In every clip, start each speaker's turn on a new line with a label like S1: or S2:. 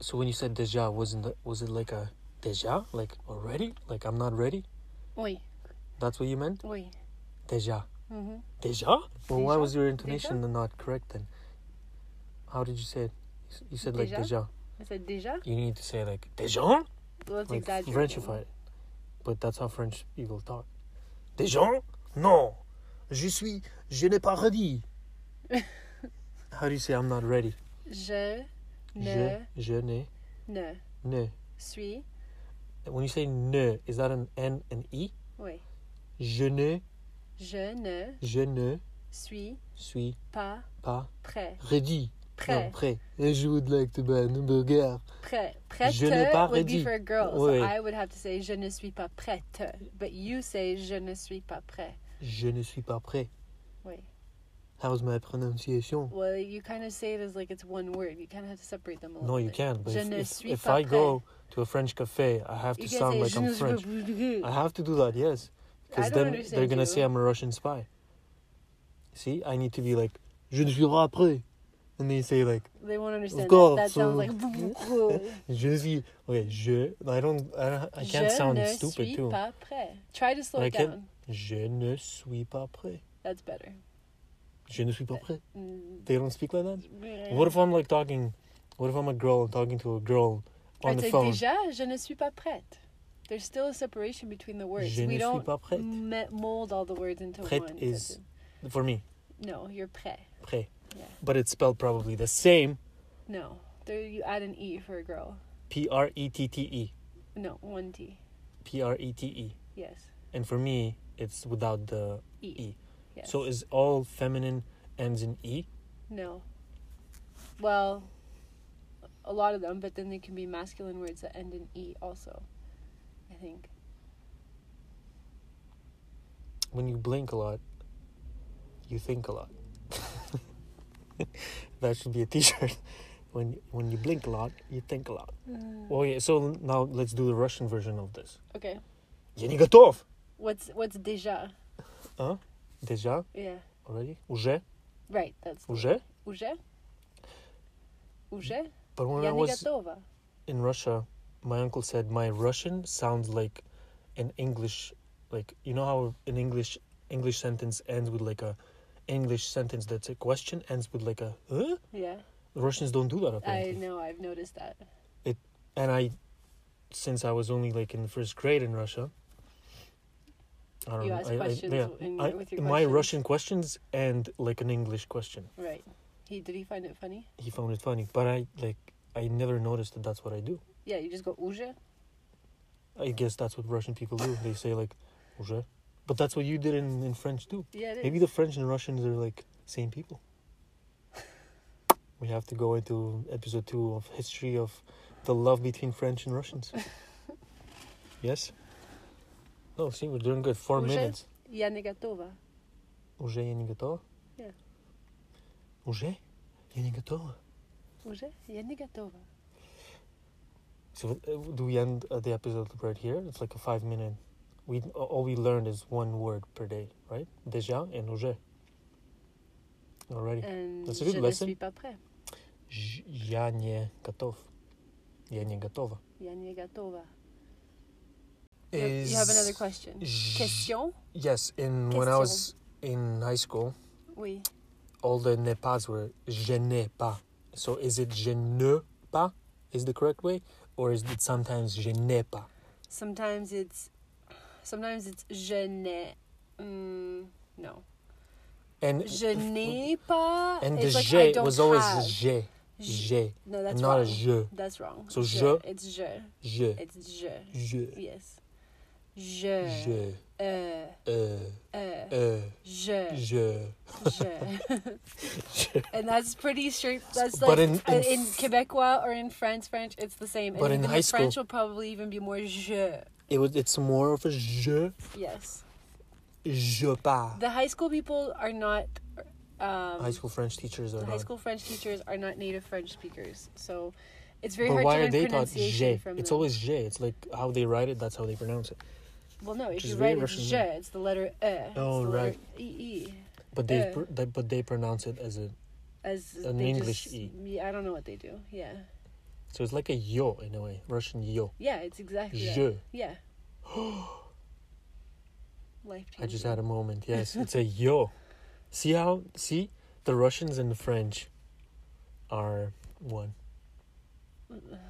S1: So when you said déjà, wasn't it, was it like a déjà, like already, like I'm not ready?
S2: Oui,
S1: That's what you meant?
S2: oui.
S1: Déjà.
S2: Mhm.
S1: Déjà? Well, why
S2: Déjà?
S1: was your intonation not correct then? How did you say it? You s- You said like
S2: Déjà?
S1: déjà.
S2: C'est déjà?
S1: You need to say like déjà,
S2: Well, it's
S1: like
S2: exaggerating.
S1: Frenchified. But that's how French people talk. Déjà? Non, je suis, je n'ai pas ready. how do you say I'm not ready?
S2: Je
S1: Je,
S2: ne,
S1: je n'ai,
S2: ne
S1: ne.
S2: suis.
S1: When you say ne, is that an N and E?
S2: Oui.
S1: Je ne,
S2: Je ne
S1: je ne
S2: suis
S1: suis
S2: pas
S1: pas
S2: prêt.
S1: ready.
S2: Prêt.
S1: Non, prêt. Je would like to buy a new burger.
S2: Prêt. Prête
S1: Je n'ai pas
S2: would be
S1: redit.
S2: for a girl.
S1: Oui.
S2: So I would have to say je ne suis pas prête. But you say je ne suis pas prêt.
S1: Je ne suis pas prêt.
S2: Oui.
S1: How's my pronunciation?
S2: Well, you kind of say it as like it's one word. You kind of have to separate them a little
S1: No, you
S2: bit.
S1: can't. But
S2: Je
S1: if,
S2: ne
S1: if-
S2: suis
S1: if
S2: pas
S1: I
S2: prêt.
S1: go to a French cafe, I have to
S2: You can
S1: sound
S2: say
S1: like
S2: je
S1: I'm
S2: ne
S1: French.
S2: suis
S1: I
S2: pas
S1: have to do that, yes. Because
S2: don't
S1: then they're
S2: understand
S1: going to
S2: you.
S1: say I'm a Russian spy. See, I need to be like, je ne suis pas prêt. And they say like,
S2: They won't understand
S1: course,
S2: that. That sounds
S1: uh,
S2: like.
S1: je suis. Okay, je. I don't. I, don't, I can't
S2: je
S1: sound
S2: ne
S1: stupid
S2: suis
S1: too.
S2: pas prêt. Try to slow
S1: I
S2: it
S1: can't-
S2: down.
S1: Je ne suis pas prêt.
S2: That's better.
S1: Je ne suis pas prêt.
S2: Mm,
S1: They don't speak like that.
S2: yeah.
S1: What if I'm like talking? What if I'm a girl and talking to a girl
S2: Or
S1: on
S2: it's
S1: the
S2: like,
S1: phone?
S2: Déjà, je ne suis pas prête. There's still a separation between the words.
S1: Je
S2: we
S1: ne suis
S2: don't
S1: pas prête.
S2: me- mold all the words into
S1: Prête
S2: one.
S1: is-
S2: sentence.
S1: For me,
S2: no, you're prêt.
S1: prêt.
S2: Yeah.
S1: But it's spelled probably the same.
S2: No, there you add an e for a girl.
S1: P R E T T E.
S2: No, one t.
S1: P R E T E.
S2: Yes.
S1: And for me, it's without the.
S2: E.
S1: E.
S2: Yes.
S1: So is all feminine ends in E?
S2: no. Well, a lot of them, but then they can be masculine words that end in e also. I think.
S1: When you blink a lot, you think a lot. that should be a T-shirt. When when you blink a lot, you think a lot.
S2: Mm.
S1: Oh yeah. So now let's do the Russian version of this.
S2: Okay.
S1: Я не готов.
S2: What's what's déjà?
S1: Déjà
S2: Yeah.
S1: already? Уже?
S2: Right. That's
S1: Уже?
S2: уже. Уже.
S1: But when
S2: Я
S1: I
S2: не
S1: was
S2: готова.
S1: in Russia, my uncle said my Russian sounds like an English, like you know how an English English sentence ends with like a English sentence that's a question ends with like a huh?
S2: Yeah.
S1: Russians don't do that
S2: I
S1: apparently.
S2: know. I've noticed that.
S1: And I, since I was only like in the first grade in Russia, I don't
S2: You
S1: know.
S2: ask
S1: I,
S2: questions
S1: I, yeah,
S2: in-
S1: I-
S2: with your
S1: my
S2: questions.
S1: Russian questions and like an English question.
S2: Right. He did he find it funny?
S1: He found it funny, but I like I never noticed that that's what I do.
S2: Yeah. You just go уже.
S1: I guess that's what Russian people do. They say like, "Уже," but that's what you did in, in French too.
S2: Yeah. It is.
S1: Maybe the French and Russians are like same people. We have to go into episode two of history of the love between French and Russians. yes. No, see, we're doing good. Four
S2: Уже?
S1: minutes.
S2: Я не готова.
S1: Уже я не готова.
S2: Yeah.
S1: Уже я не готова.
S2: Уже. Я не готова.
S1: So uh, do we end uh, the episode right here? It's like a five minute. We all we learned is one word per day, right? Déjà and уже. Already.
S2: And
S1: That's a good
S2: je
S1: lesson.
S2: ne suis pas prêt.
S1: Ж- Я не готов. Я не готова.
S2: Я не готова. You have, you have another question.
S1: Ж-
S2: Question?
S1: Yes, in when I was in high school,
S2: Oui.
S1: all the ne pas were je n'ai pas. So is it je ne pas is the correct way, or is it sometimes je n'ai pas?
S2: Sometimes it's, sometimes it's je ne. Mm, no.
S1: And
S2: Je n'ai pas.
S1: and the
S2: it's like
S1: je
S2: I don't
S1: was always
S2: have.
S1: je.
S2: Je-
S1: Je.
S2: No, that's
S1: not
S2: wrong.
S1: a je.
S2: That's wrong.
S1: So je-
S2: It's je.
S1: Je.
S2: It's je.
S1: Je.
S2: Yes. Je.
S1: Je.
S2: Euh,
S1: Euh.
S2: euh,
S1: Euh.
S2: je.
S1: Je.
S2: Je. and that's pretty straight. That's
S1: But
S2: like
S1: in-
S2: uh,
S1: in
S2: in, Quebecois or in France, French, it's the same.
S1: But in
S2: and even
S1: high school-
S2: French will probably even be more je.
S1: It was. It's more of a je.
S2: Yes.
S1: Je pas.
S2: The high school people are not. Um,
S1: High school French teachers are
S2: the high
S1: not.
S2: school French teachers are not native French speakers, so it's very
S1: but
S2: hard
S1: why
S2: to
S1: are
S2: learn
S1: they taught
S2: pronunciation
S1: je?
S2: from
S1: It's
S2: them.
S1: always je. It's like how they write it. That's how they pronounce it.
S2: Well, no, if
S1: Which is
S2: you
S1: very
S2: write it,
S1: Russian,
S2: je,
S1: yeah.
S2: it's the letter e. It's
S1: Oh,
S2: the letter
S1: right.
S2: E-E.
S1: But they,
S2: Uh.
S1: pr- they but they pronounce it as a.
S2: As
S1: An
S2: they
S1: English
S2: just,
S1: E.
S2: Yeah, I don't know what they do. Yeah.
S1: So it's like a yo in a way, Russian yo.
S2: Yeah, it's exactly that.
S1: Je.
S2: Yeah. Life changing.
S1: I just had a moment. Yes, it's a yo. See how see the Russians and the French are one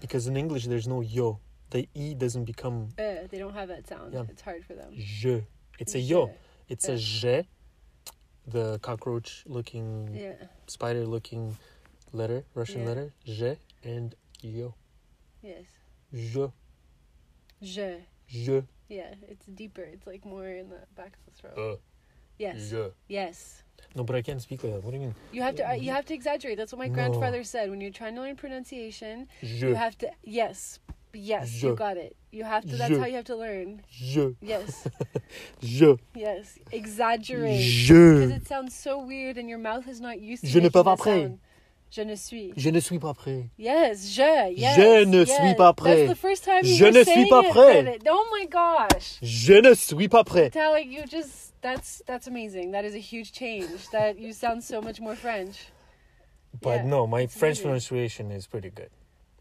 S1: because in English there's no yo. The e doesn't become
S2: Uh, they don't have that sound.
S1: Yeah.
S2: It's hard for them.
S1: je. It's a yo.
S2: Je.
S1: It's a je. The cockroach-looking,
S2: Yeah.
S1: spider-looking letter, Russian
S2: Yeah.
S1: letter, je and yo.
S2: Yes.
S1: Je,
S2: Je.
S1: je,
S2: Yeah. It's deeper. It's like more in the back of the throat.
S1: uh,
S2: Yes.
S1: je.
S2: Yes.
S1: No, but I can't speak like that. What do you mean?
S2: You have to. Uh, you have to exaggerate. That's what my
S1: Mm. No.
S2: grandfather said. When you're trying to learn pronunciation,
S1: Je,
S2: you have to. Yes. Yes.
S1: Je.
S2: You got it. You have to. That's
S1: Je.
S2: how you have to learn.
S1: je,
S2: Yes.
S1: je,
S2: yes. Exaggerate. Because
S1: je.
S2: it sounds so weird, and your mouth is not used to.
S1: Mm. Je ne
S2: making
S1: peux pas
S2: that
S1: prêt.
S2: sound. Je ne suis.
S1: Je ne suis pas prêt.
S2: Yes, je. Yes,
S1: Je ne
S2: yes.
S1: suis pas prêt.
S2: That's the first time you
S1: Je
S2: were
S1: ne suis
S2: saying
S1: pas
S2: it,
S1: prêt.
S2: but it- Oh my gosh,
S1: Je ne suis pas prêt.
S2: Talik, you just that's that's amazing. That is a huge change. That you sound so much more French.
S1: But
S2: Yeah,
S1: no, my
S2: it's
S1: French
S2: amazing.
S1: pronunciation is pretty good.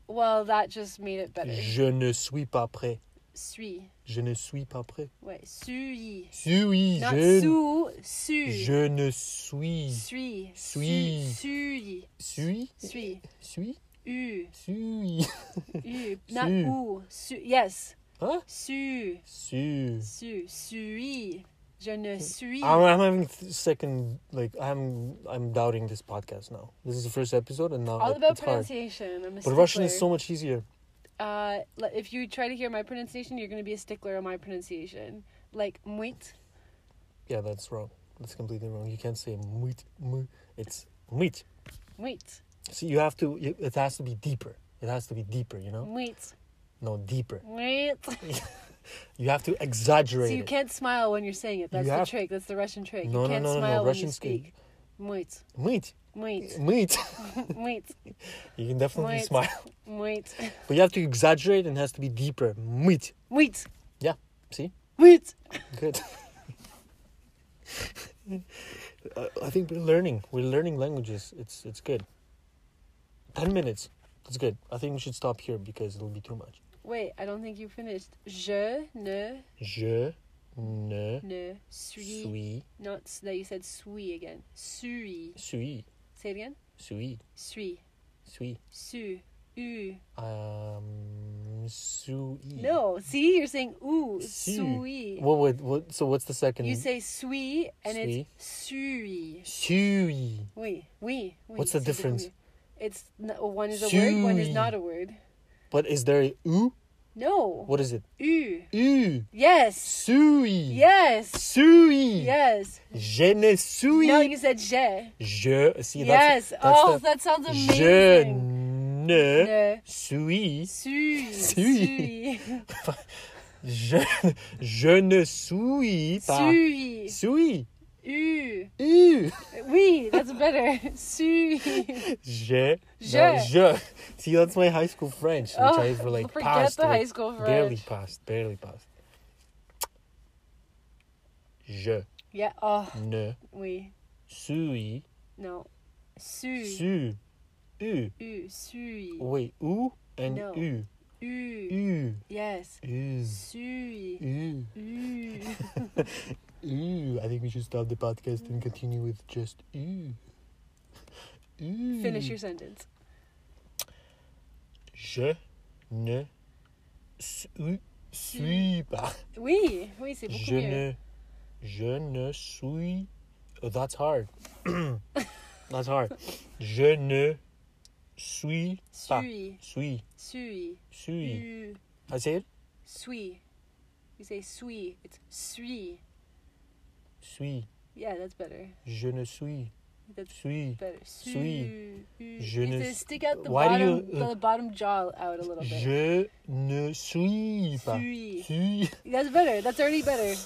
S2: Well, that just made it better.
S1: Je ne suis pas prêt.
S2: Suis.
S1: Je ne suis pas prêt.
S2: Wait, suis.
S1: Suis,
S2: Not
S1: je,
S2: sous. Su.
S1: je ne suis.
S2: Suis.
S1: Suis.
S2: Suis.
S1: Suis,
S2: Suis.
S1: suis,
S2: U.
S1: suis.
S2: U. Not
S1: Su.
S2: ou. Su. Yes.
S1: Huh?
S2: Su.
S1: Suis.
S2: Su. Suis. Je
S1: Hmm.
S2: ne suis.
S1: I'm, I'm having th- second like I'm I'm doubting this podcast now. This is the first episode and now
S2: All
S1: it-
S2: about
S1: it's hard.
S2: pronunciation. I'm a
S1: But Russian is
S2: stickler.
S1: so much easier.
S2: Uh, li- if you try to hear my pronunciation, you're going to be a stickler on my pronunciation. Like mwit.
S1: Yeah, that's wrong. That's completely wrong. You can't say meat, meat. It's meat.
S2: Mwit.
S1: So you have to. you- It has to be deeper. It has to be deeper. You know?
S2: Mwit.
S1: No, deeper.
S2: Mwit.
S1: You have to exaggerate.
S2: So you
S1: it.
S2: can't smile when you're saying it. That's
S1: You
S2: the
S1: have-
S2: trick. That's the Russian trick.
S1: No,
S2: you
S1: no,
S2: can't
S1: no, no, no.
S2: smile when you
S1: Russians can-
S2: speak. Mwit.
S1: Meat,
S2: Mwit.
S1: meat.
S2: Mwit.
S1: You can definitely
S2: Meat.
S1: smile,
S2: Mwit.
S1: but you have to exaggerate and it has to be deeper. Meat.
S2: Mwit.
S1: Yeah. See.
S2: Mwit.
S1: Good. I- I think we're learning. We're learning languages. It's it's good. Ten minutes. That's good. I think we should stop here because it'll be too much.
S2: Wait, I don't think you finished. Je ne
S1: Je ne
S2: ne suis.
S1: suis
S2: Not s- that you said suis again. Suis.
S1: suis
S2: Say it again.
S1: suis
S2: Suis.
S1: suis
S2: Su. U.
S1: um suis.
S2: No, see, you're saying ooh,
S1: Su.
S2: sui.
S1: What would what? So what's the second?
S2: You say sui and it's sui.
S1: suis.
S2: Oui, oui, oui.
S1: What's the
S2: c'est
S1: difference?
S2: beaucoup mieux. It's n- one is a word, one is
S1: Sui.
S2: not a word.
S1: But is there a u?
S2: No.
S1: What is it?
S2: U.
S1: U.
S2: Yes.
S1: Suis.
S2: Yes.
S1: Suis.
S2: Yes.
S1: Je ne suis.
S2: No, you said je.
S1: Je. See,
S2: yes.
S1: that's, that's
S2: oh,
S1: the,
S2: that sounds
S1: Je
S2: amazing.
S1: ne
S2: Ne.
S1: suis.
S2: Sui.
S1: Sui.
S2: Sui.
S1: Je, je ne suis pas.
S2: Sui.
S1: Suis.
S2: U.
S1: U.
S2: Oui, that's better. Sui.
S1: Je. No,
S2: Je.
S1: je. See, that's my high school French, which
S2: Oh,
S1: I've like
S2: forget
S1: passed.
S2: the
S1: like,
S2: high school French.
S1: Barely passed. Barely passed. Je
S2: Yeah. Oh,
S1: ne
S2: oui.
S1: suis.
S2: No. Su.
S1: Su. U.
S2: U. Sui.
S1: Wait, U and
S2: No.
S1: U.
S2: U.
S1: U.
S2: Yes.
S1: Is.
S2: Sui.
S1: Ooh.
S2: U.
S1: Ooh. I think we should stop the podcast and continue with just E. ooh. Ooh.
S2: Finish your sentence.
S1: Je ne suis, suis pas.
S2: Oui. Oui, c'est beaucoup
S1: Je
S2: mieux.
S1: ne. Je ne suis. Oh, that's hard. that's hard. Je ne suis pas.
S2: Sui.
S1: Suis.
S2: Sui.
S1: Suis.
S2: U.
S1: I say it?
S2: Sui. You say sui. It's sui.
S1: Suis.
S2: Yeah, that's better.
S1: Je ne suis.
S2: That's
S1: Suis.
S2: better. Sui.
S1: Sui.
S2: U.
S1: Je
S2: you
S1: ne
S2: say
S1: s-
S2: stick out the
S1: Why do you- uh,
S2: bottom, the bottom jaw out a little bit.
S1: Je ne suis pas.
S2: Sui.
S1: Suis.
S2: That's better. That's already better.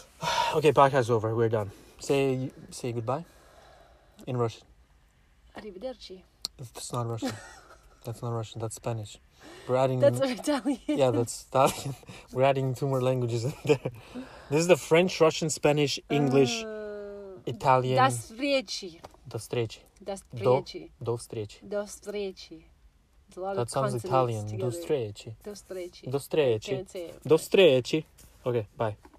S1: Okay, podcast over. We're done. Say say goodbye in Russian.
S2: Arrivederci.
S1: That's not Russian. that's not Russian. That's Spanish. We're adding.
S2: That's Italian.
S1: Mm. yeah, that's Italian. We're adding two more languages in there. This is the French, Russian, Spanish, English,
S2: Uh,
S1: Italian.
S2: До встречи.
S1: До встречи.
S2: До
S1: До.
S2: встречи.
S1: До встречи.
S2: До встречи.
S1: It's a lot
S2: That
S1: of
S2: sounds
S1: consonants
S2: Italian.
S1: Together.
S2: Due streci.
S1: Dos treci.
S2: Due streci.
S1: Can't say it.
S2: Due streci. Okay, bye.